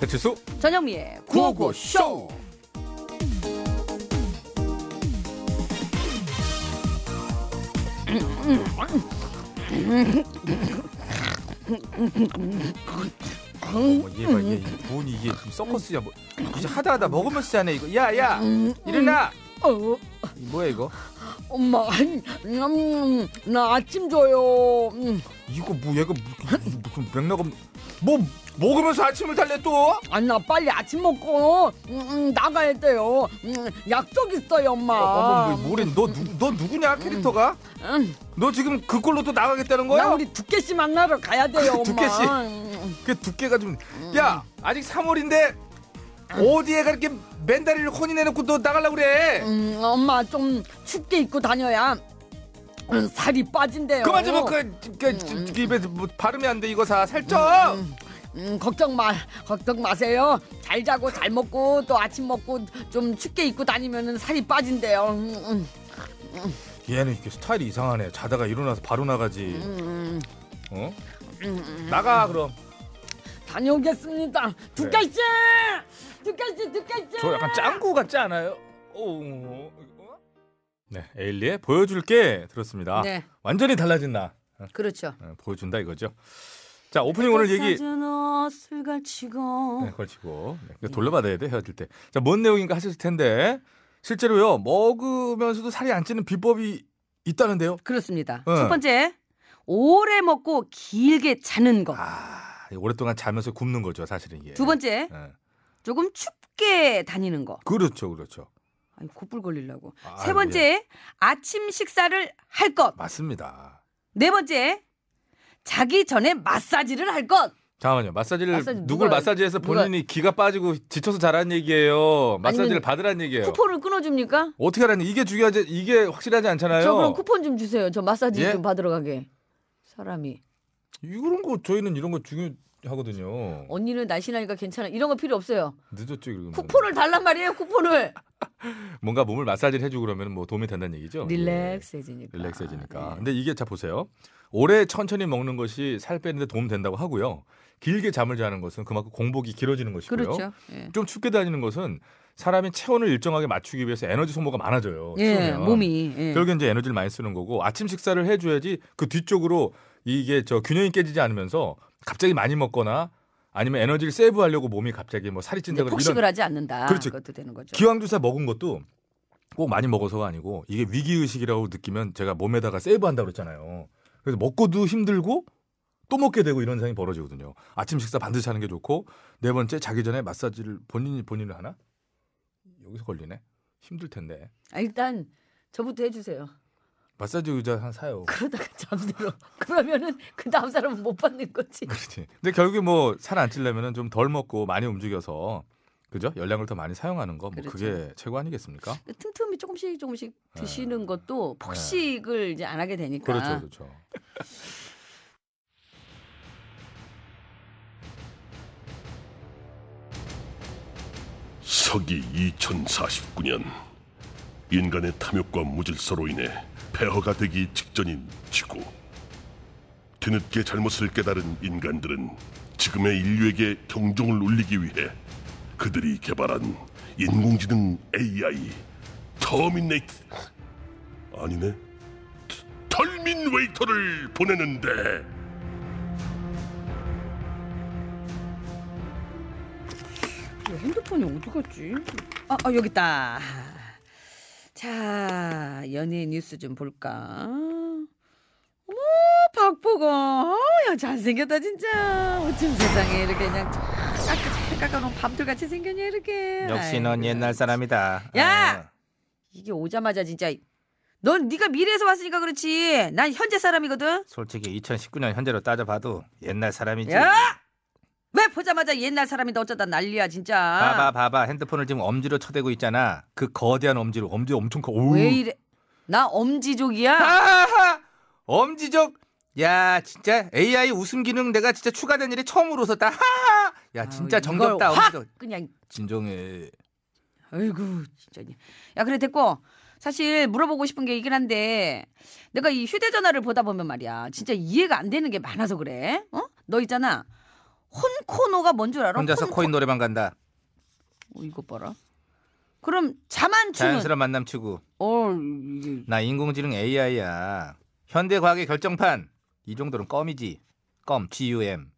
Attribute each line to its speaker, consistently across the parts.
Speaker 1: 배칠수
Speaker 2: 전영미의 구호구쇼.
Speaker 1: 어, 얘봐 얘 이게 뭐니 이게 지금 서커스야 뭐 이제 하다 하다 먹으면 쓰네 이거 야야 일어나
Speaker 2: 어,
Speaker 1: 이 뭐야 이거
Speaker 2: 엄마, 음, 나 아침 줘요. 음,
Speaker 1: 이거 뭐 얘가 무슨 무슨 맥락 없는 뭐 먹으면서 아침을 달래 또
Speaker 2: 아, 나 빨리 아침 먹고 음, 나가야 돼요. 음, 약속 있어요, 엄마.
Speaker 1: 어머 뭐, 뭐래 너, 누, 너 누구냐 캐릭터가
Speaker 2: 음,
Speaker 1: 너 지금 그걸로 또 나가겠다는 거야 그
Speaker 2: 나 우리 두께 씨 만나러 가야 돼요, 엄마.
Speaker 1: 두께 씨.
Speaker 2: 음,
Speaker 1: 그 두께가 좀 야 아직 3월인데 어디에 가렇게 맨다리를 혼이 내놓고 너 나가려고 그래
Speaker 2: 음, 엄마 좀 춥게 입고 다녀야 음, 살이 빠진대요.
Speaker 1: 그만 좀 그, 그, 그, 그 입에 뭐 발음이 안 돼 이거 사 살쪄
Speaker 2: 음, 걱정 마, 걱정 마세요. 잘 자고 잘 먹고 또 아침 먹고 좀 춥게 입고 다니면 살이 빠진대요. 음, 음,
Speaker 1: 얘는 이렇게 스타일이 이상하네 자다가 일어나서 바로 나가지
Speaker 2: 음.
Speaker 1: 어 나가 그럼
Speaker 2: 다녀오겠습니다. 두께 씨, 두께 씨, 두께 씨.
Speaker 1: 저 약간 짱구 같지 않아요? 어, 네 에일리의 보여줄게 들었습니다
Speaker 2: 네.
Speaker 1: 완전히 달라진 나
Speaker 2: 그렇죠.
Speaker 1: 어, 보여준다 이거죠 자 오프닝 오늘 얘기
Speaker 3: 옷을 걸치고
Speaker 2: 어.
Speaker 1: 네, 걸치고 네,
Speaker 2: 예.
Speaker 1: 이거 돌려받아야 돼 헤어질 때. 자, 뭔 내용인가 하셨을 텐데 실제로요 먹으면서도 살이 안 찌는 비법이 있다는데요.
Speaker 2: 그렇습니다.
Speaker 1: 예.
Speaker 3: 첫 번째 오래 먹고 길게 자는 것.
Speaker 1: 아, 오랫동안 자면서 굶는 거죠, 사실은 이게.
Speaker 3: 두 번째
Speaker 1: 예.
Speaker 3: 조금 춥게 다니는 거.
Speaker 1: 그렇죠, 그렇죠.
Speaker 3: 아니 곧불 걸리려고.
Speaker 1: 아,
Speaker 3: 세 번째 아침 식사를 할 것.
Speaker 1: 맞습니다.
Speaker 3: 네 번째 자기 전에 마사지를 할 것.
Speaker 1: 잠깐만요. 마사지를
Speaker 2: 마사지
Speaker 1: 누굴
Speaker 2: 누가-
Speaker 1: 마사지해서
Speaker 2: 누가-
Speaker 1: 본인이 기가 빠지고 지쳐서 자란 얘기예요. 마사지를
Speaker 2: 아니면
Speaker 1: 받으란 얘기예요.
Speaker 2: 쿠폰을 끊어줍니까?
Speaker 1: 어떻게 하라니 이게 중요하지 이게 확실하지 않잖아요.
Speaker 2: 저 그럼 쿠폰 좀 주세요. 저 마사지
Speaker 1: 예?
Speaker 2: 좀 받으러 가게. 사람이
Speaker 1: 이런 거 저희는 이런 거 중요하거든요.
Speaker 2: 언니는 날씬하니까 괜찮아. 이런 거 필요 없어요.
Speaker 1: 늦었죠, 이런 거.
Speaker 2: 어? 쿠폰을 달란 말이에요. 쿠폰을.
Speaker 1: 뭔가 몸을 마사지를 해주고 그러면 뭐 도움이 된다는 얘기죠. 아, 예.
Speaker 2: 릴렉스해지니까.
Speaker 1: 릴렉스해지니까.
Speaker 2: 네.
Speaker 1: 근데 이게 자 보세요. 오래 천천히 먹는 것이 살 빼는데 도움 된다고 하고요. 길게 잠을 자는 것은 그만큼 공복이 길어지는 것이고요.
Speaker 2: 그렇죠. 예.
Speaker 1: 좀 춥게 다니는 것은 사람이 체온을 일정하게 맞추기 위해서 에너지 소모가 많아져요.
Speaker 2: 예,
Speaker 1: 어, 추우면.
Speaker 2: 몸이. 예.
Speaker 1: 결국 이제 에너지를 많이 쓰는 거고 아침 식사를 해줘야지 그 뒤쪽으로 이게 저 균형이 깨지지 않으면서 갑자기 많이 먹거나 아니면 에너지를 세이브하려고 몸이 갑자기 뭐 살이
Speaker 2: 근데
Speaker 1: 찐다 그러면
Speaker 2: 폭식을
Speaker 1: 이런
Speaker 2: 하지 않는다.
Speaker 1: 그렇죠.
Speaker 2: 것도 되는 거죠.
Speaker 1: 기왕주사 먹은 것도 꼭 많이 먹어서가 아니고 이게 위기 의식이라고 느끼면 제가 몸에다가 세이브한다고 그랬잖아요. 그래서 먹고도 힘들고 또 먹게 되고 이런 상황이 벌어지거든요. 아침 식사 반드시 하는 게 좋고 네 번째 자기 전에 마사지를 본인이 본인을 하나 여기서 걸리네. 힘들 텐데
Speaker 2: 아, 일단 저부터 해주세요.
Speaker 1: 마사지 의자 한 사요.
Speaker 2: 그러다가 잠들어. 그러면은 그 다음 사람은 못 받는 거지.
Speaker 1: 그렇지. 근데 결국에 뭐 살 안 찌려면은 좀 덜 먹고 많이 움직여서 그죠? 열량을 더 많이 사용하는 거 뭐
Speaker 2: 그렇죠.
Speaker 1: 그게 최고 아니겠습니까?
Speaker 2: 틈틈이 조금씩 조금씩 드시는 것도 폭식을 이제 안 하게 되니까.
Speaker 1: 예. 그렇죠, 그렇죠.
Speaker 4: 서기 2049년 인간의 탐욕과 무질서로 인해 폐허가 되기 직전인 지구 뒤늦게 잘못을 깨달은 인간들은 지금의 인류에게 경종을 울리기 위해 그들이 개발한 인공지능 AI 터미네이트 아니네 털민 웨이터를 보내는데
Speaker 3: 야, 핸드폰이 어디 갔지?
Speaker 2: 어, 어, 여기 있다. 자, 연예인 뉴스 좀 볼까. 어머, 박보검. 어, 야, 잘생겼다, 진짜. 어쩜 세상에 이렇게 그냥 쫙 깎아놓은 밤돌같이 생겼냐, 이렇게. 아이고.
Speaker 1: 사람이다.
Speaker 2: 야!
Speaker 1: 아.
Speaker 2: 이게 오자마자 진짜. 넌 네가 미래에서 왔으니까 그렇지. 난 현재 사람이거든.
Speaker 1: 솔직히 2019년 현재로 따져봐도 옛날 사람이지.
Speaker 2: 야! 왜 보자마자 옛날 사람인데 어쩌다 난리야, 진짜.
Speaker 1: 봐봐 봐봐 핸드폰을 지금 엄지로 쳐대고 있잖아. 그 거대한 엄지로 엄지 엄청 커. 오우.
Speaker 2: 왜 이래? 나 엄지족이야.
Speaker 1: 아하하! 엄지적. 야 진짜 AI 웃음 기능 내가 진짜 추가된 일이 처음으로 웃었다. 하하! 야
Speaker 5: 아우,
Speaker 1: 진짜
Speaker 5: 이걸
Speaker 1: 정겹다.
Speaker 5: 확!
Speaker 1: 우리도
Speaker 2: 그냥
Speaker 1: 진정해.
Speaker 2: 아이고 진짜. 야 그래 됐고 사실 물어보고 싶은 게 이긴 한데 내가 이 휴대전화를 보다 보면 말이야 진짜 이해가 안 되는 게 많아서 그래. 어? 너 있잖아 혼코노가 뭔 줄 알아?
Speaker 1: 혼자서
Speaker 2: 혼코-
Speaker 1: 코인 노래방 간다.
Speaker 2: 어, 이거 봐라. 그럼 자만 추는
Speaker 1: 자연스러운 만남 추구.
Speaker 2: 어 이게
Speaker 1: 나 인공지능 AI야. 현대 과학의 결정판. 이 정도는 껌이지. 껌 GUM.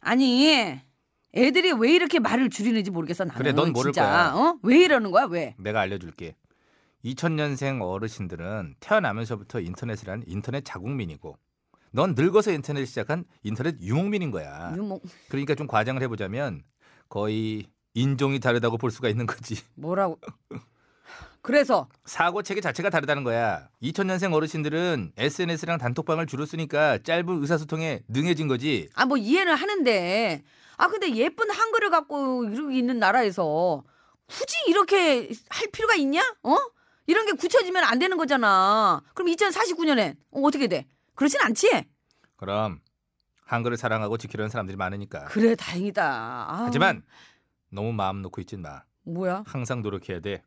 Speaker 2: 아니 애들이 왜 이렇게 말을 줄이는지 모르겠어 나는
Speaker 1: 그래, 넌 모를
Speaker 2: 진짜.
Speaker 1: 거야.
Speaker 2: 어? 왜 이러는 거야 왜?
Speaker 1: 내가 알려줄게. 2000년생 어르신들은 태어나면서부터 인터넷이란 인터넷 자국민이고 넌 늙어서 인터넷을 시작한 인터넷 유목민인 거야.
Speaker 2: 유목 뭐,
Speaker 1: 그러니까 좀 과장을 해보자면 거의 인종이 다르다고 볼 수가 있는 거지.
Speaker 2: 뭐라고? 그래서
Speaker 1: 사고 체계 자체가 다르다는 거야. 2000년생 어르신들은 SNS랑 단톡방을 주로 쓰니까 짧은 의사소통에 능해진 거지.
Speaker 2: 아 뭐 이해는 하는데 아 근데 예쁜 한글을 갖고 이러고 있는 나라에서 굳이 이렇게 할 필요가 있냐? 어? 이런 게 굳혀지면 안 되는 거잖아. 그럼 2049년엔 어, 어떻게 돼? 그렇진 않지?
Speaker 1: 그럼 한글을 사랑하고 지키려는 사람들이 많으니까.
Speaker 2: 그래 다행이다. 아,
Speaker 1: 하지만 너무 마음 놓고 있진 마.
Speaker 2: 뭐야?
Speaker 1: 항상 노력해야 돼.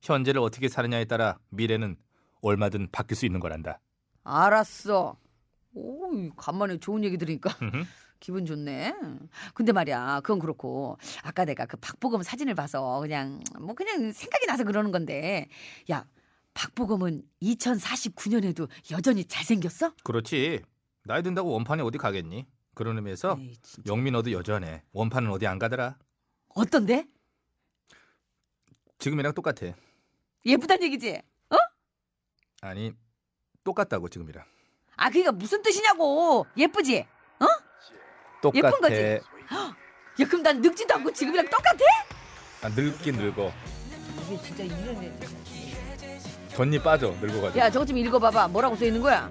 Speaker 1: 현재를 어떻게 사느냐에 따라 미래는 얼마든 바뀔 수 있는 거란다.
Speaker 2: 알았어. 오, 간만에 좋은 얘기 들으니까
Speaker 1: 음흠.
Speaker 2: 기분 좋네. 근데 말이야, 그건 그렇고 아까 내가 그 박보검 사진을 봐서 그냥 뭐 그냥 생각이 나서 그러는 건데, 야 박보검은 2049년에도 여전히 잘생겼어?
Speaker 1: 그렇지. 나이 든다고 원판이 어디 가겠니? 그런 의미에서
Speaker 2: 에이, 진짜.
Speaker 1: 영민어도 여전해. 원판은 어디 안 가더라.
Speaker 2: 어떤데?
Speaker 1: 지금이랑 똑같아.
Speaker 2: 예쁘단 얘기지?
Speaker 1: 아니 똑같다고 지금이랑.
Speaker 2: 아 그니까 무슨 뜻이냐고? 예쁘지?
Speaker 1: 똑같아.
Speaker 2: 예쁜 거지? 야 그럼 난 늙지도 않고 지금이랑 똑같아?
Speaker 1: 아, 늙긴 늙어.
Speaker 2: 이게 진짜 이런 애.
Speaker 1: 전이 빠져 늙어가지고.
Speaker 2: 야 저거 좀 읽어봐봐. 뭐라고 써 있는 거야?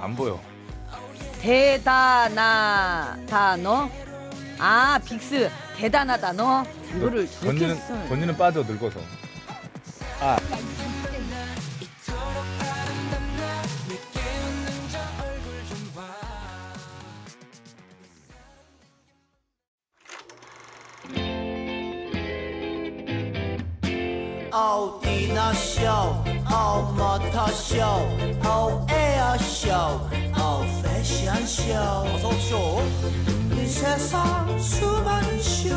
Speaker 1: 안 보여.
Speaker 2: 대단하다 너? 아 빅스 대단하다 너? 이거를 저렇게
Speaker 1: 전이는
Speaker 2: 써.
Speaker 1: 전이는 빠져 늙어서. 아.
Speaker 6: O 디너 쇼, O 모터 쇼, O 에어 쇼, O 패션 쇼. 어서 쇼. 이 세상 수많은 쇼,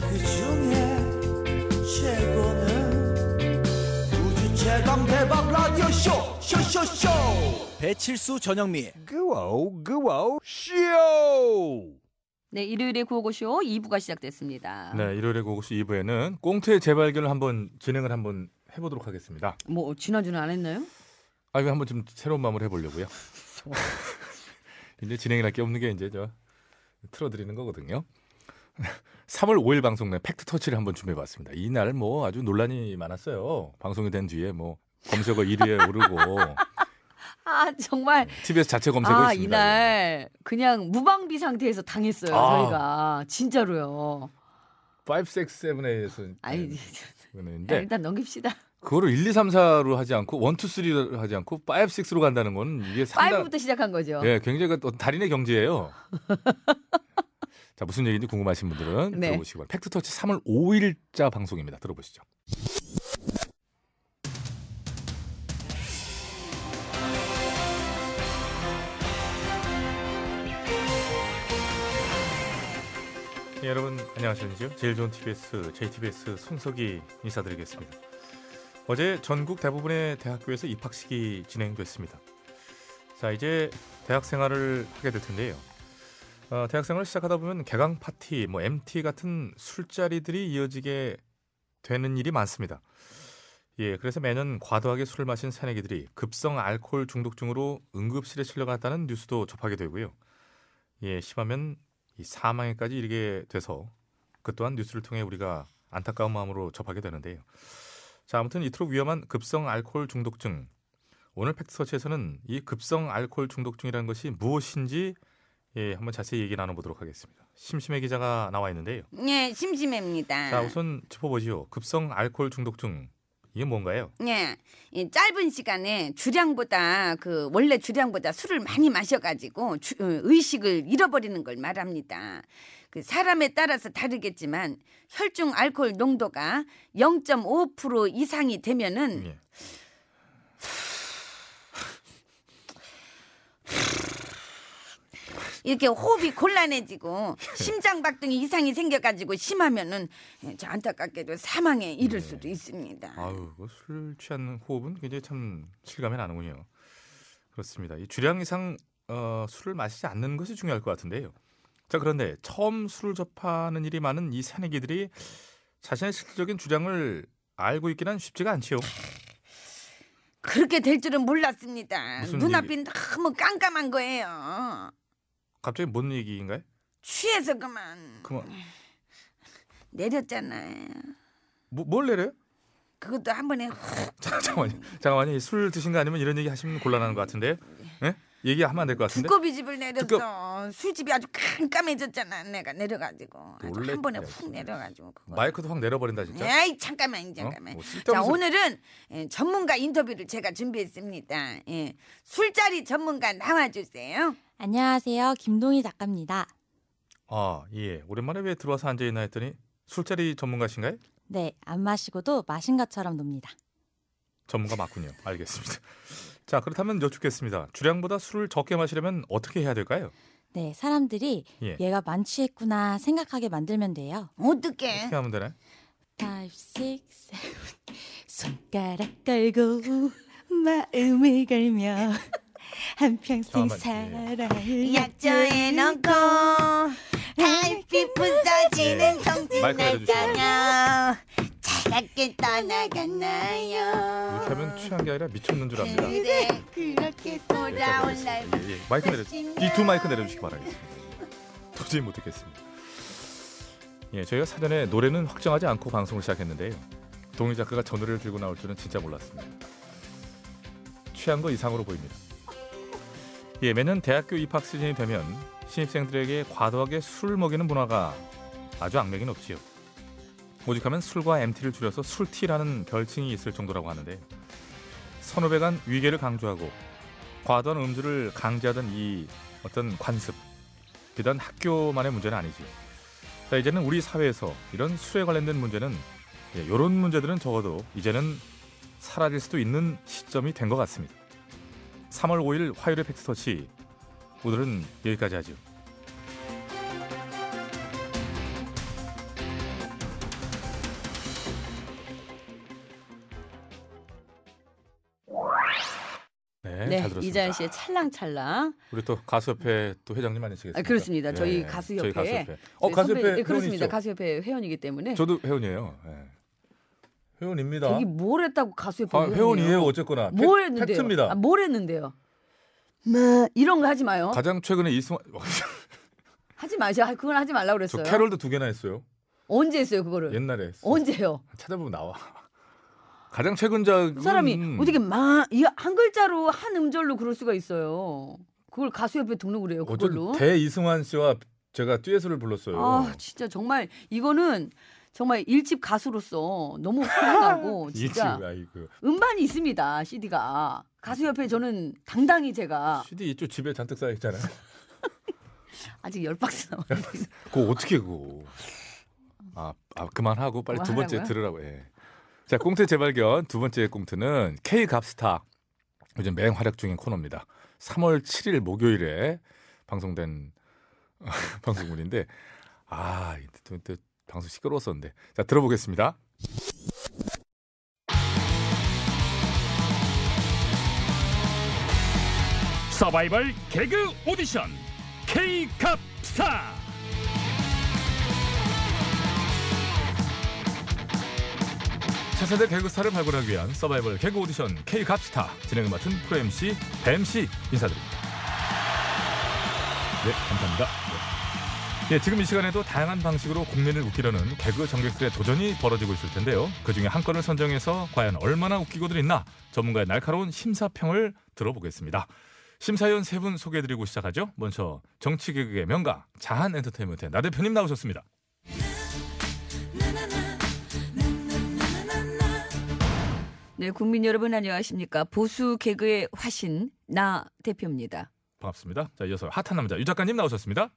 Speaker 6: 그 중에 최고는 우주 최강 대박 라디오 쇼, 쇼쇼쇼. 배칠수 전영미.
Speaker 2: 네 일요일에 구호고쇼 2부가 시작됐습니다
Speaker 1: 네, 일요일에 고고시 2부에는 꽁트의 재발견을 한번 진행을 한번 해보도록 하겠습니다.
Speaker 2: 뭐 지난주는 안 했나요?
Speaker 1: 아, 이거 한번 좀 새로운 마음을 해보려고요. 이제 진행이랄 게 없는 게 이제 저 틀어드리는 거거든요. 3월 5일 방송 내 팩트 터치를 한번 준비해봤습니다. 이날 뭐 아주 논란이 많았어요. 방송이 된 뒤에 뭐 검색어 1위에 오르고
Speaker 2: 아 정말
Speaker 1: TBS 자체 검색어
Speaker 2: 아
Speaker 1: 있습니다.
Speaker 2: 이날 그냥 무방비 상태에서 당했어요
Speaker 1: 아.
Speaker 2: 저희가 진짜로요
Speaker 1: 567에서 네,
Speaker 2: 아이
Speaker 1: 그는데
Speaker 2: 일단 넘깁시다
Speaker 1: 그거를 1, 2, 3, 4로 하지 않고 1, 2, 3로 하지 않고 5, 6로 간다는 거는 이게 상당
Speaker 2: 5부터 시작한 거죠
Speaker 1: 예, 굉장히 또 달인의 경지예요. 자, 무슨 얘기인지 궁금하신 분들은
Speaker 2: 네.
Speaker 1: 들어보시기 바랍니다. 팩트터치 3월 5일자 방송입니다. 들어보시죠. 네, 여러분 안녕하십니까? 제일 좋은 TBS, JTBS 손석희 인사드리겠습니다. 어제 전국 대부분의 대학교에서 입학식이 진행됐습니다. 자 이제 대학 생활을 하게 될 텐데요. 어, 대학 생활을 시작하다 보면 개강 파티, 뭐 MT 같은 술자리들이 이어지게 되는 일이 많습니다. 예, 그래서 매년 과도하게 술을 마신 새내기들이 급성 알코올 중독증으로 응급실에 실려갔다는 뉴스도 접하게 되고요. 예, 심하면 이 사망에까지 이르게 돼서 그 또한 뉴스를 통해 우리가 안타까운 마음으로 접하게 되는데요. 자, 아무튼 이토록 위험한 급성 알코올 중독증 오늘 팩트서치에서는 이 급성 알코올 중독증이라는 것이 무엇인지 예, 한번 자세히 얘기 나눠보도록 하겠습니다. 심심해 기자가 나와 있는데요.
Speaker 2: 예 네, 심심합니다
Speaker 1: 자, 우선 짚어보지요. 급성 알코올 중독증. 이게 뭔가요?
Speaker 2: 예, 이 짧은 시간에 주량보다 그 원래 주량보다 술을 많이 마셔가지고 주- 어, 의식을 잃어버리는 걸 말합니다. 그 사람에 따라서 다르겠지만 혈중 알코올 농도가 0.5% 이상이 되면은
Speaker 1: 예.
Speaker 2: 이렇게 호흡이 곤란해지고 심장박동이 이상이 생겨가지고 심하면은 예, 저 안타깝게도 사망에 이를
Speaker 1: 네.
Speaker 2: 수도 있습니다.
Speaker 1: 아유, 그술 취한 호흡은 굉장히 참 실감이 나는군요. 그렇습니다. 이 주량 이상 어, 술을 마시지 않는 것이 중요할 것 같은데요. 자, 그런데 처음 술을 접하는 일이 많은 이 새내기들이 자신의 실질적인 주량을 알고 있기는 쉽지가 않지요.
Speaker 2: 그렇게 될 줄은 몰랐습니다.
Speaker 1: 무슨
Speaker 2: 눈앞이 너무 깜깜한 거예요.
Speaker 1: 갑자기 뭔 얘기인가요?
Speaker 2: 취해서 그만
Speaker 1: 그만
Speaker 2: 내렸잖아요.
Speaker 1: 뭐, 뭘 내려요?
Speaker 2: 그것도 한 번에 확
Speaker 1: 자, 잠깐만요. 잠깐만요. 이술 드신 거 아니면 이런 얘기 하시면 곤란한 것 같은데. 예? 얘기하면 안 될 것 같은데.
Speaker 2: 두꺼비 집을 내렸어. 술집이 아주 깜깜해졌잖아. 내가 내려가지고 아주
Speaker 1: 놀랬지,
Speaker 2: 한 번에
Speaker 1: 아주.
Speaker 2: 훅 내려가지고. 그거.
Speaker 1: 마이크도 확 내려버린다 진짜. 어?
Speaker 2: 에이 네, 잠깐만 잠깐만.
Speaker 1: 뭐
Speaker 2: 자
Speaker 1: 쓸데없는 소리.
Speaker 2: 오늘은 예, 전문가 인터뷰를 제가 준비했습니다. 예, 술자리 전문가 나와주세요.
Speaker 7: 안녕하세요. 김동희 작가입니다.
Speaker 1: 아, 예. 오랜만에 왜 들어와서 앉아 있나 했더니 술자리 전문가신가요?
Speaker 7: 네, 안 마시고도 마신 것처럼 놉니다.
Speaker 1: 전문가 맞군요. 알겠습니다. 자, 그렇다면 여쭙겠습니다. 주량보다 술을 적게 마시려면 어떻게 해야 될까요?
Speaker 7: 네, 사람들이
Speaker 1: 예.
Speaker 7: 얘가 만취했구나 생각하게 만들면 돼요.
Speaker 2: 어떡해.
Speaker 1: 어떻게 하면 되나요?
Speaker 7: 5, 6, 7 손가락 걸고 마음을 걸며 한평생
Speaker 1: 잠깐만,
Speaker 7: 사랑을
Speaker 2: 약조에 넣고 음. 달빛 부서지는 성진
Speaker 1: 마이크 내려주시고요.
Speaker 2: 날짜며 차갑게 떠나갔나요
Speaker 1: 이렇게 하면 취한 게 아니라 미쳤는 줄 압니다. 예,
Speaker 2: 그래 그렇게 돌아올 날
Speaker 1: 예. 마이크 내려 이두 마이크 내려주시기 바라겠습니다. 도저히 못 듣겠습니다. 예, 저희가 사전에 노래는 확정하지 않고 방송을 시작했는데요. 동희 작가가 저 노래를 들고 나올 줄은 진짜 몰랐습니다. 취한 거 이상으로 보입니다. 예, 매년 대학교 입학 시즌이 되면 신입생들에게 과도하게 술 먹이는 문화가 아주 악명이 높지요. 오죽하면 술과 MT를 줄여서 술티라는 별칭이 있을 정도라고 하는데 선후배 간 위계를 강조하고 과도한 음주를 강제하던 이 어떤 관습 비단 학교만의 문제는 아니지요. 자 이제는 우리 사회에서 이런 술에 관련된 문제는 이런 문제들은 적어도 이제는 사라질 수도 있는 시점이 된 것 같습니다. 3월 5일 화요일의 팩트터치 오늘은 여기까지 하죠. 네,
Speaker 5: 네,
Speaker 1: 잘 들었습니다.
Speaker 5: 이자연 씨의 찰랑찰랑.
Speaker 1: 우리 또 가수협회 또 회장님 아니시겠습니까?
Speaker 5: 아, 그렇습니다. 저희 가수협회.
Speaker 1: 어
Speaker 5: 네,
Speaker 1: 가수협회
Speaker 5: 선배- 네,
Speaker 1: 회원이시죠?
Speaker 5: 그렇습니다. 가수협회 회원이기 때문에.
Speaker 1: 저도 회원이에요. 예. 회원입니다.
Speaker 5: 저기 뭘 했다고 가수협회
Speaker 1: 아, 회원이에요.
Speaker 5: 회원이에요?
Speaker 1: 어쨌거나
Speaker 5: 뭘
Speaker 1: 팩-
Speaker 5: 했는데요?
Speaker 1: 팩트입니다.
Speaker 5: 아, 뭘 했는데요? 뭐 이런 거 하지 마요.
Speaker 1: 가장 최근에 이승환
Speaker 5: 하지 마셔. 아, 그건 하지 말라고
Speaker 1: 저
Speaker 5: 그랬어요.
Speaker 1: 캐롤도 두 개나 했어요.
Speaker 5: 언제 했어요 그거를?
Speaker 1: 옛날에 했어요.
Speaker 5: 언제요?
Speaker 1: 찾아보면 나와. 가장 최근작
Speaker 5: 그 사람이 어떻게 마이한 글자로 한 음절로 그럴 수가 있어요. 그걸 가수협회 등록을 해요. 그걸로.
Speaker 1: 대 이승환 씨와 제가 듀엣을 불렀어요.
Speaker 5: 아 진짜 정말 이거는 정말 일집 가수로서 너무 훌륭하고 진짜
Speaker 1: 이지 아이고.
Speaker 5: 음반이 있습니다. CD가 가수협회 저는 당당히 제가
Speaker 1: CD 있죠 집에 잔뜩 쌓여 있잖아요.
Speaker 5: 아직 열 박스 남았.
Speaker 1: 그거 어떻게 그거. 아, 아 그만하고 빨리 두 번째
Speaker 5: 그만하라고요?
Speaker 1: 들으라고. 예. 자, 꽁트 재발견 두 번째 꽁트는 K 갑스타. 요즘 맹활약 중인 코너입니다. 3월 7일 목요일에 방송된 방송물인데 아, 이때 또- 또 방송 시끄러웠었는데. 자, 들어보겠습니다.
Speaker 8: 서바이벌 개그 오디션 K캅스타
Speaker 1: 차세대 개그스타를 발굴하기 위한 서바이벌 개그 오디션 K 갑스타 진행을 맡은 프로 MC 뱀 c 인사드립니다. 네, 감사합니다. 네. 예, 지금 이 시간에도 다양한 방식으로 국민을 웃기려는 개그 전객들의 도전이 벌어지고 있을 텐데요. 그 중에 한 건을 선정해서 과연 얼마나 웃기고들 있나 전문가의 날카로운 심사평을 들어보겠습니다. 심사위원 세 분 소개해드리고 시작하죠. 먼저 정치 개그의 명가 자한 엔터테인먼트의 나 대표님 나오셨습니다.
Speaker 2: 네, 국민 여러분 안녕하십니까? 보수 개그의 화신 나 대표입니다.
Speaker 1: 반갑습니다. 자, 이어서 핫한 남자 유 작가님 나오셨습니다.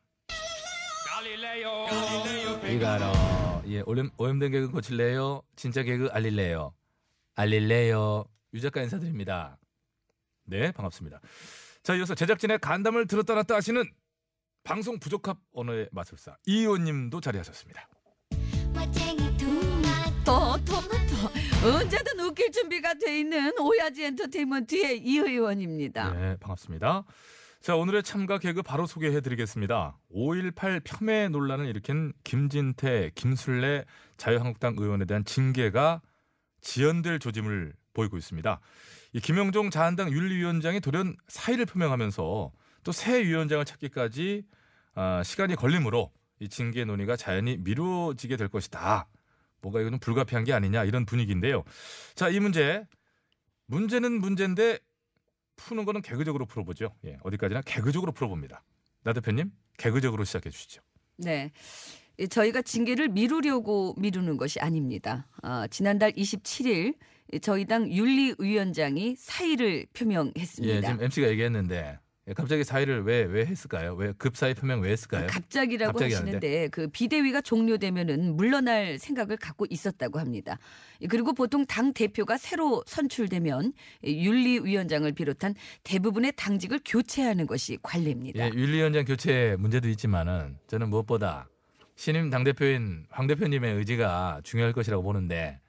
Speaker 1: 이가로 예, 오염, 오염된 개그 고칠래요? 진짜 개그 알릴래요? 알릴래요? 유 작가 인사드립니다. 네, 반갑습니다. 자, 이어서 제작진의 간담을 들었다 놨다 하시는 방송 부족합 언어의 마술사 이 의원님도 자리하셨습니다.
Speaker 2: 더 토마토 언제든 웃길 준비가 돼 있는 오야지 엔터테인먼트의 이 의원입니다.
Speaker 1: 네, 반갑습니다. 자, 오늘의 참가 개그 바로 소개해 드리겠습니다. 5.18 폄훼 논란을 일으킨 김진태, 김술래 자유한국당 의원에 대한 징계가 지연될 조짐을 보이고 있습니다. 이 김영종 자한당 윤리위원장이 돌연 사의를 표명하면서 또 새 위원장을 찾기까지 아, 시간이 걸리므로 이 징계 논의가 자연히 미뤄지게 될 것이다. 뭔가 이거는 불가피한 게 아니냐 이런 분위기인데요. 자, 이 문제 문제는 문제인데 푸는 거는 개그적으로 풀어보죠. 예, 어디까지나 개그적으로 풀어봅니다. 나 대표님 개그적으로 시작해 주시죠.
Speaker 2: 네. 이 저희가 징계를 미루려고 미루는 것이 아닙니다. 아, 지난달 27일 이 저희 당 윤리위원장이 사의를 표명했습니다. 아,
Speaker 1: 예, 지금 MC가 얘기했는데 예, 갑자기 사의를 왜 왜 했을까요? 왜 급사의 표명 왜 했을까요?
Speaker 2: 갑자기라고
Speaker 1: 갑자기
Speaker 2: 하시는데 그 비대위가 종료되면은 물러날 생각을 갖고 있었다고 합니다. 예, 그리고 보통 당 대표가 새로 선출되면 윤리위원장을 비롯한 대부분의 당직을 교체하는 것이 관례입니다.
Speaker 1: 예, 윤리위원장 교체 문제도 있지만은 저는 무엇보다 신임 당 대표인 황 대표님의 의지가 중요할 것이라고 보는데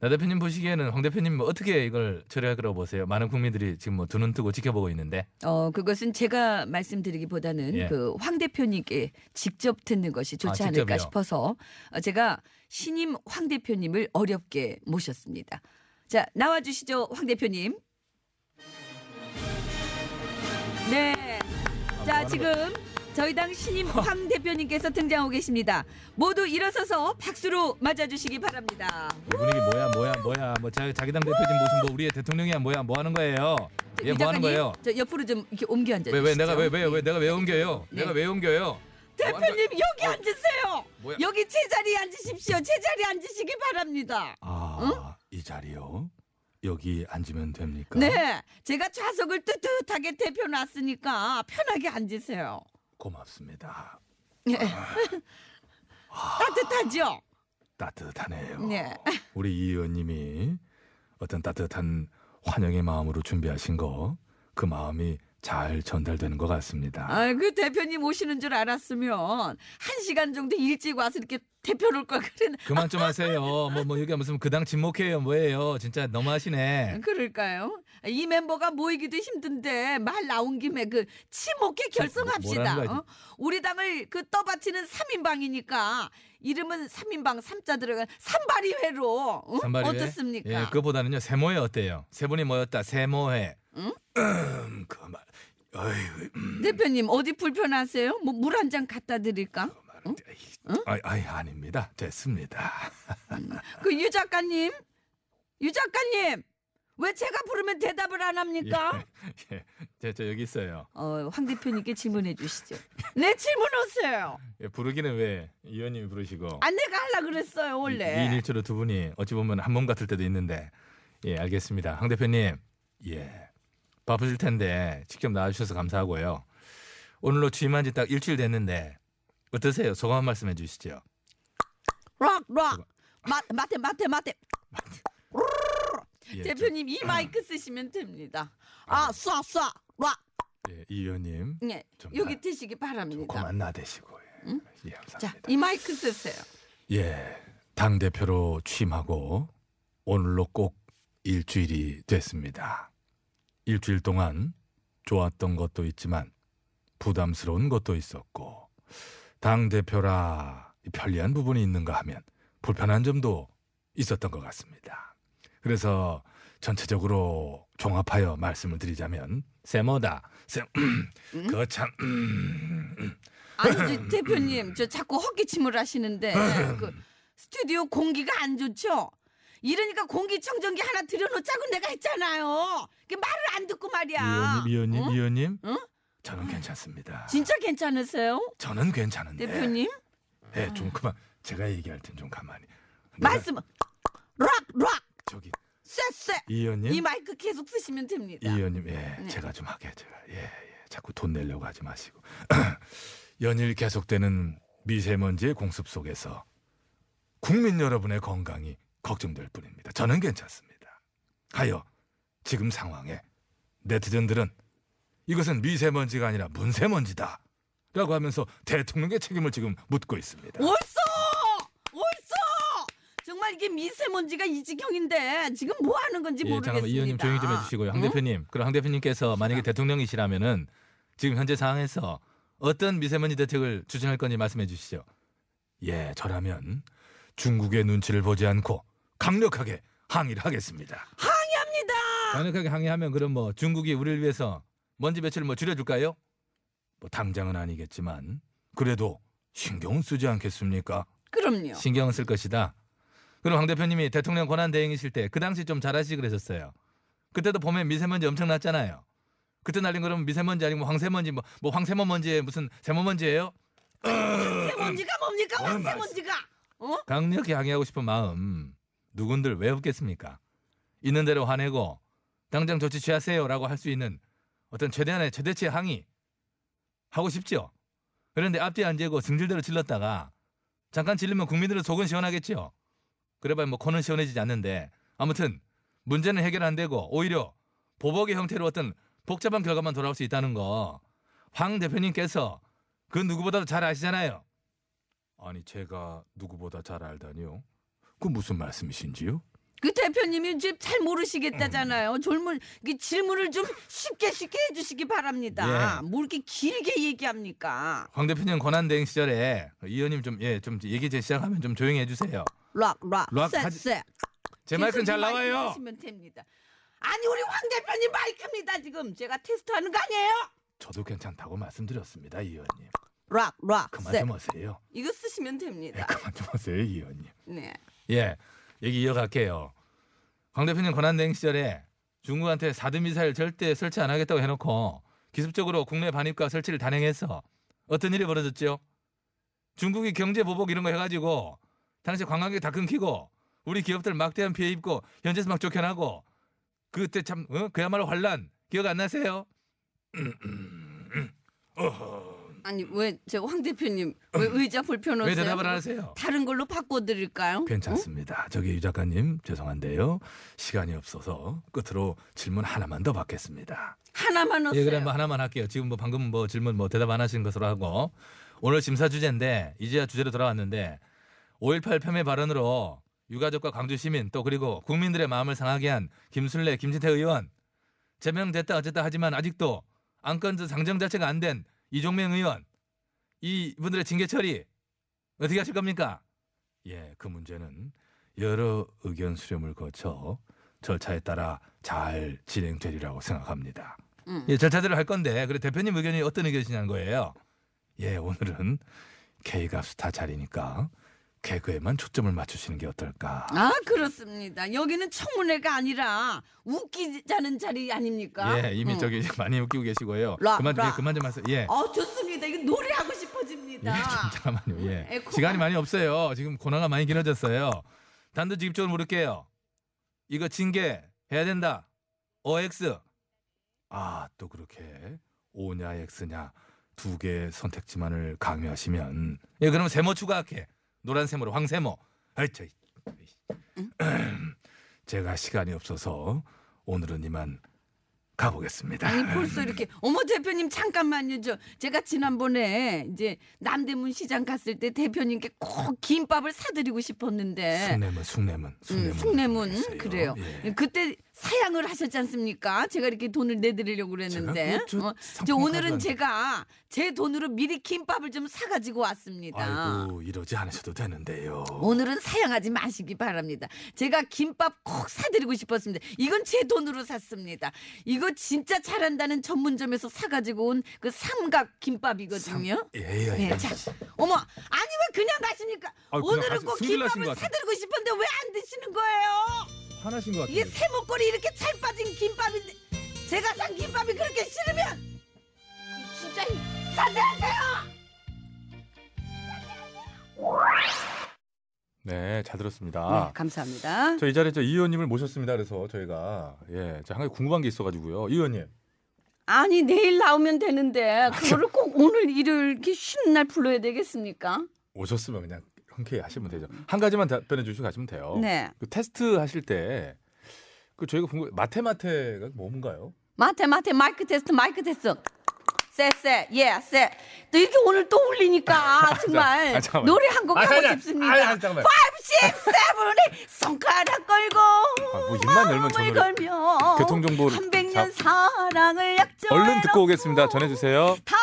Speaker 1: 나 대표님 보시기에는 황 대표님 뭐 어떻게 이걸 처리할 거라고 보세요? 많은 국민들이 지금 뭐 두 눈 뜨고 지켜보고 있는데
Speaker 2: 어 그것은 제가 말씀드리기보다는
Speaker 1: 예.
Speaker 2: 그 황 대표님께 직접 듣는 것이 좋지
Speaker 1: 아, 직접이요?
Speaker 2: 않을까 싶어서 어, 제가 신임 황 대표님을 어렵게 모셨습니다. 자 나와 주시죠 황 대표님. 네.
Speaker 1: 아, 뭐
Speaker 2: 자 지금 저희 당
Speaker 1: 어.
Speaker 2: 신임 황 대표님께서 등장하고 계십니다. 모두 일어서서 박수로 맞아주시기 바랍니다.
Speaker 1: 이 분위기 뭐야 뭐야 뭐야 뭐 자, 자기 당 대표진 무슨 뭐 우리의 대통령이야 뭐야 뭐 하는 거예요?
Speaker 2: 저
Speaker 1: 예,
Speaker 2: 이
Speaker 1: 뭐 하는
Speaker 2: 작가님,
Speaker 1: 거예요?
Speaker 2: 저 옆으로 좀 이렇게 옮겨 앉아
Speaker 1: 왜
Speaker 2: 주시죠.
Speaker 1: 왜 내가 왜뭐 왜 왜 내가 왜 옮겨요?
Speaker 2: 네.
Speaker 1: 내가 왜 옮겨요?
Speaker 2: 대표님 여기 앉으세요.
Speaker 1: 뭐야?
Speaker 2: 여기 제자리에 앉으십시오. 제자리에 앉으시기 바랍니다.
Speaker 1: 아, 이 자리요? 여기 앉으면 됩니까?
Speaker 2: 네, 제가 좌석을 뜨뜻하게 대표 놨으니까 편하게 앉으세요.
Speaker 1: 고맙습니다.
Speaker 2: 따뜻하죠?
Speaker 1: 따뜻하네요.
Speaker 2: 네.
Speaker 1: 우리 이 의원님이 어떤 따뜻한 환영의 마음으로 준비하신 거 그 마음이 잘 전달되는 것 같습니다.
Speaker 2: 아그 대표님 오시는 줄 알았으면 한 시간 정도 일찍 와서 이렇게 대표 놓을 걸 그랬.
Speaker 1: 그만 좀 하세요. 뭐 뭐 여기 무슨 그당 진목해요 뭐예요? 진짜 너무하시네.
Speaker 2: 그럴까요? 이 멤버가 모이기도 힘든데 말 나온 김에 그 치목회
Speaker 1: 뭐,
Speaker 2: 결성합시다.
Speaker 1: 뭐라는 거야,
Speaker 2: 어? 우리 당을 그 떠받치는 삼인방이니까 이름은 삼인방삼자 들어간 삼바리회로 응?
Speaker 1: 산발이 왜?
Speaker 2: 어떻습니까?
Speaker 1: 예, 그보다는요 세모회 어때요? 세 분이 모였다 세모회. 음, 그 말. 어이,
Speaker 2: 대표님 어디 불편하세요? 뭐 물 한 잔 갖다 드릴까?
Speaker 1: 아이, 아이 아닙니다. 됐습니다.
Speaker 2: 그 유 작가님, 유 작가님 왜 제가 부르면 대답을 안 합니까?
Speaker 1: 예, 예. 저, 저 여기 있어요.
Speaker 2: 어, 황 대표님께 질문해 주시죠. 네 질문 오세요.
Speaker 1: 예, 부르기는 왜 이원님이 부르시고
Speaker 2: 안 내가 하려 그랬어요
Speaker 1: 이- 이인
Speaker 2: 원래.
Speaker 1: 일조로 두 분이 어찌 보면 한 몸 같을 때도 있는데 예 알겠습니다. 황 대표님 예 바쁘실 텐데 직접 나와주셔서 감사하고요. 오늘로 취임한 지 딱 일주일 됐는데 어떠세요? 소감 한 말씀해 주시죠.
Speaker 2: 락 락. 마, 마테 마테 마테
Speaker 1: 예, 저-
Speaker 2: 대표님 이 마이크 쓰시면 됩니다. 아, 쏴, 쏴, 와.
Speaker 1: 예, 이 의원님
Speaker 2: 예,
Speaker 1: 좀
Speaker 2: 여기
Speaker 1: 나-
Speaker 2: 드시기 바랍니다.
Speaker 1: 그만 나대시고 예, 예 감사합니다.
Speaker 2: 자, 이 마이크 쓰세요.
Speaker 1: 예, 당 대표로 취임하고 오늘로 꼭 일주일이 됐습니다. 일주일 동안 좋았던 것도 있지만 부담스러운 것도 있었고 당 대표라 편리한 부분이 있는가 하면 불편한 점도 있었던 것 같습니다. 그래서 전체적으로 종합하여 말씀을 드리자면 세모다 세 그 거참 음,
Speaker 2: 아니, 저, 대표님, 저 자꾸 헛기침을 하시는데
Speaker 1: 음.
Speaker 2: 그 스튜디오 공기가 안 좋죠? 이러니까 공기청정기 하나 들여놓자고 내가 했잖아요. 그 말을 안 듣고 말이야.
Speaker 1: 이원님 이원님 이원님
Speaker 2: 응?
Speaker 1: 저는 괜찮습니다.
Speaker 2: 어? 진짜 괜찮으세요?
Speaker 1: 저는 괜찮은데
Speaker 2: 대표님?
Speaker 1: 예, 좀 그만. 제가 얘기할 땐 좀 가만히. 내가
Speaker 2: 말씀 락 락.
Speaker 1: 네, 저기
Speaker 2: 쎄쎄.
Speaker 1: 예?
Speaker 2: 이
Speaker 9: 이현님,
Speaker 2: 마이크 계속 쓰시면 됩니다.
Speaker 9: 이현님, 예,
Speaker 2: 네.
Speaker 9: 제가 좀 하게 제가 예, 예, 자꾸 돈 내려고 하지 마시고 연일 계속되는 미세먼지의 공습 속에서 국민 여러분의 건강이 걱정될 뿐입니다. 저는 괜찮습니다. 하여 지금 상황에 네티즌들은 이것은 미세먼지가 아니라 문세먼지다. 라고 하면서 대통령의 책임을 지금 묻고 있습니다.
Speaker 2: 옳소! 옳소! 정말 이게 미세먼지가 이 지경인데 지금 뭐 하는 건지
Speaker 1: 예,
Speaker 2: 모르겠습니다. 어? 네?
Speaker 1: 잠깐만 이현님 조용히 좀 해주시고요. 황 대표님, 그럼 황 대표님께서 만약에 대통령이시라면은 지금 현재 상황에서 어떤 미세먼지 대책을 추진할 건지 말씀해 주시죠.
Speaker 9: 예, 저라면 중국의 눈치를 보지 않고 강력하게 항의를 하겠습니다.
Speaker 1: 강력하게 항의하면 그럼 뭐 중국이 우리를 위해서 먼지 배출을 뭐 줄여줄까요?
Speaker 9: 뭐 당장은 아니겠지만 그래도 신경은 쓰지 않겠습니까?
Speaker 2: 그럼요.
Speaker 1: 신경 쓸 것이다. 그럼 황 대표님이 대통령 권한 대행이실 때 그 당시 좀 잘하시 그러셨어요. 그때도 봄에 미세먼지 엄청 났잖아요. 그때 날린 거는 미세먼지 아니고 황세먼지 뭐, 뭐 황세먼먼지에 무슨 세먼먼지예요? 음,
Speaker 2: 세먼지가 뭡니까? 황세먼지가. 어?
Speaker 1: 강력히 항의하고 싶은 마음 누군들 왜 없겠습니까? 있는 대로 화내고 당장 조치 취하세요라고 할 수 있는 어떤 최대한의 최대치의 항의 하고 싶죠. 그런데 앞뒤 안 재고 승질대로 질렀다가 잠깐 질리면 국민들은 속은 시원하겠죠. 그래봐야 뭐 코는 시원해지지 않는데 아무튼 문제는 해결 안 되고 오히려 보복의 형태로 어떤 복잡한 결과만 돌아올 수 있다는 거 황 대표님께서 그 누구보다도 잘 아시잖아요.
Speaker 9: 아니 제가 누구보다 잘 알다니요. 그 무슨 말씀이신지요?
Speaker 2: 그 대표님이 지금 잘
Speaker 1: 음.
Speaker 2: 모르시겠다잖아요. 졸문 이게 질문을 좀 쉽게 쉽게 해주시기 바랍니다.
Speaker 1: 예.
Speaker 2: 뭘 이렇게 길게 얘기합니까?
Speaker 1: 황 대표님 권한 대행 시절에 이 의원님 좀 예 좀 얘기 제 시작하면 좀 조용히 해주세요.
Speaker 2: 락락
Speaker 1: 락 하지-
Speaker 2: 쎄쎄.
Speaker 1: 제 마이크는 잘 나와요.
Speaker 2: 하시면 됩니다. 아니 우리 황 대표님 마이크입니다 지금 제가 테스트하는 거 아니에요?
Speaker 9: 저도 괜찮다고 말씀드렸습니다, 이 의원님.
Speaker 2: 락락
Speaker 9: 그만
Speaker 2: 쎄.
Speaker 9: 좀 하세요. 네,
Speaker 2: 이거 쓰시면 됩니다.
Speaker 9: 그만 좀 하세요, 이 의원님.
Speaker 2: 네.
Speaker 1: 예 얘기 이어갈게요. 황 대표님 권한 대행 시절에 중국한테 4등 미사일 절대 설치 안 하겠다고 해놓고 기습적으로 국내 반입과 설치를 단행해서 어떤 일이 벌어졌죠? 중국이 경제 보복 이런 거 해가지고 당시 관광객 다 끊기고 우리 기업들 막대한 피해 입고 현지에서 막 쫓겨나고 그때 참 어? 그야말로 환란 기억 안 나세요?
Speaker 2: 아니 왜 저 황 대표님 왜 의자 불편하세요?
Speaker 1: 왜 대답을 안 하세요?
Speaker 2: 다른 걸로 바꿔드릴까요?
Speaker 9: 괜찮습니다. 저기 유 작가님 죄송한데요. 시간이 없어서 끝으로 질문 하나만 더 받겠습니다.
Speaker 2: 하나만
Speaker 1: 예,
Speaker 2: 넣었어요.
Speaker 1: 그럼 뭐 하나만 할게요. 지금 뭐 방금 뭐 질문 뭐 대답 안 하신 것으로 하고 오늘 심사 주제인데 이제야 주제로 돌아왔는데 5.18 폄훼 발언으로 유가족과 광주 시민 또 그리고 국민들의 마음을 상하게 한 김순례, 김진태 의원 제명됐다 어쨌다 하지만 아직도 안건조 상정 자체가 안 된 이종명 의원 이분들의 징계 처리 어떻게 하실 겁니까?
Speaker 9: 예, 그 문제는 여러 의견 수렴을 거쳐 절차에 따라 잘 진행되리라고 생각합니다.
Speaker 2: 음.
Speaker 1: 예, 절차대로 할 건데 그래 대표님 의견이 어떤 의견이시냐는 거예요.
Speaker 9: 예, 오늘은 K갑스타 자리니까 개그에만 초점을 맞추시는 게 어떨까?
Speaker 2: 아 그렇습니다. 여기는 청문회가 아니라 웃기자는 자리 아닙니까? 음.
Speaker 1: 예, 이미 저기 많이 웃기고 계시고요.
Speaker 2: 라,
Speaker 1: 그만 좀
Speaker 2: 라.
Speaker 1: 예, 그만 좀 하세요. 예.
Speaker 2: 어 좋습니다. 이거 노래하고
Speaker 1: 예, 좀
Speaker 2: 싶어집니다.
Speaker 1: 잠깐만요. 예.
Speaker 2: 에코가-
Speaker 1: 시간이 많이 없어요. 지금 고나가 많이 길어졌어요. 단도직입적으로 물을게요. 이거 징계 해야 된다. OX.
Speaker 9: 아, 또 그렇게 O냐 X냐 두 개의 선택지만을 강요하시면
Speaker 1: 예, 그럼 세모 추가할게. 노란 세모로 황세모.
Speaker 9: 아이, 저, 제가 시간이 없어서 오늘은 이만 가보겠습니다.
Speaker 2: 아니 벌써 이렇게 어머 대표님 잠깐만요 저 제가 지난번에 이제 남대문 시장 갔을 때 대표님께 꼭 김밥을 사드리고 싶었는데
Speaker 9: 숭례문, 숭례문,
Speaker 2: 네. 음,
Speaker 9: 숭례문.
Speaker 2: 숭례문 그래요
Speaker 9: 예.
Speaker 2: 그때 사양을 하셨지 않습니까 제가 이렇게 돈을 내드리려고
Speaker 9: 제가
Speaker 2: 그랬는데
Speaker 9: 그저
Speaker 2: 어, 저
Speaker 9: 상품
Speaker 2: 오늘은
Speaker 9: 카드라는-
Speaker 2: 제가 제 돈으로 미리 김밥을 좀 사가지고 왔습니다
Speaker 9: 아이고 이러지 않으셔도 되는데요.
Speaker 2: 오늘은 사양하지 마시기 바랍니다. 제가 김밥 꼭 사드리고 싶었습니다. 이건 제 돈으로 샀습니다. 이거 진짜 잘한다는 전문점에서 사가지고 온 그 삼각 김밥이거든요.
Speaker 9: 예, 예, 예.
Speaker 2: 네, 자, 어머, 아니 왜 그냥 가십니까?
Speaker 1: 아, 그냥
Speaker 2: 오늘은
Speaker 1: 가세요.
Speaker 2: 꼭
Speaker 1: 승질나신 것
Speaker 2: 김밥을
Speaker 1: 같아요.
Speaker 2: 사드리고 싶은데 왜 안 드시는 거예요?
Speaker 1: 화나신 것
Speaker 2: 이게 세목걸이 이렇게 찰 빠진 김밥인데 제가 산 김밥이 그렇게 싫으면 진짜 사드하세요.
Speaker 1: 네, 잘 들었습니다.
Speaker 2: 네, 감사합니다.
Speaker 1: 저 이 자리에 저이 의원님을 모셨습니다. 그래서 저희가 예, 제가 한 가지 궁금한 게 있어가지고요. 이 의원님,
Speaker 2: 아니 내일 나오면 되는데 그거를 꼭 오늘 일요일 이렇게 쉬는 날 불러야 되겠습니까?
Speaker 1: 오셨으면 그냥 흔쾌히 하시면 되죠. 한 가지만 답변해 주시고 가시면 돼요.
Speaker 2: 네.
Speaker 1: 그 테스트 하실 때, 그 저희가 궁금 마테마테가 뭔가요?
Speaker 2: 마태 마태 마이크 테스트 마이크 테스트. 쎄쎄 예쎄. 또 이렇게 오늘 또 울리니까 정말
Speaker 1: 아, 잠깐만요.
Speaker 2: 노래 한 곡
Speaker 1: 아,
Speaker 2: 하고
Speaker 1: 아니, 아니,
Speaker 2: 싶습니다.
Speaker 1: 아니, 아니, 잠깐만.
Speaker 2: 5, 6, 7, 손가락 걸고
Speaker 1: 뭐 입만 열면
Speaker 2: 마음을
Speaker 1: 저 노래.
Speaker 2: 걸며
Speaker 1: 교통 정보를
Speaker 2: 한백년
Speaker 1: 자-
Speaker 2: 사랑을 약정
Speaker 1: 얼른 듣고 오겠습니다. 전해주세요.
Speaker 2: 다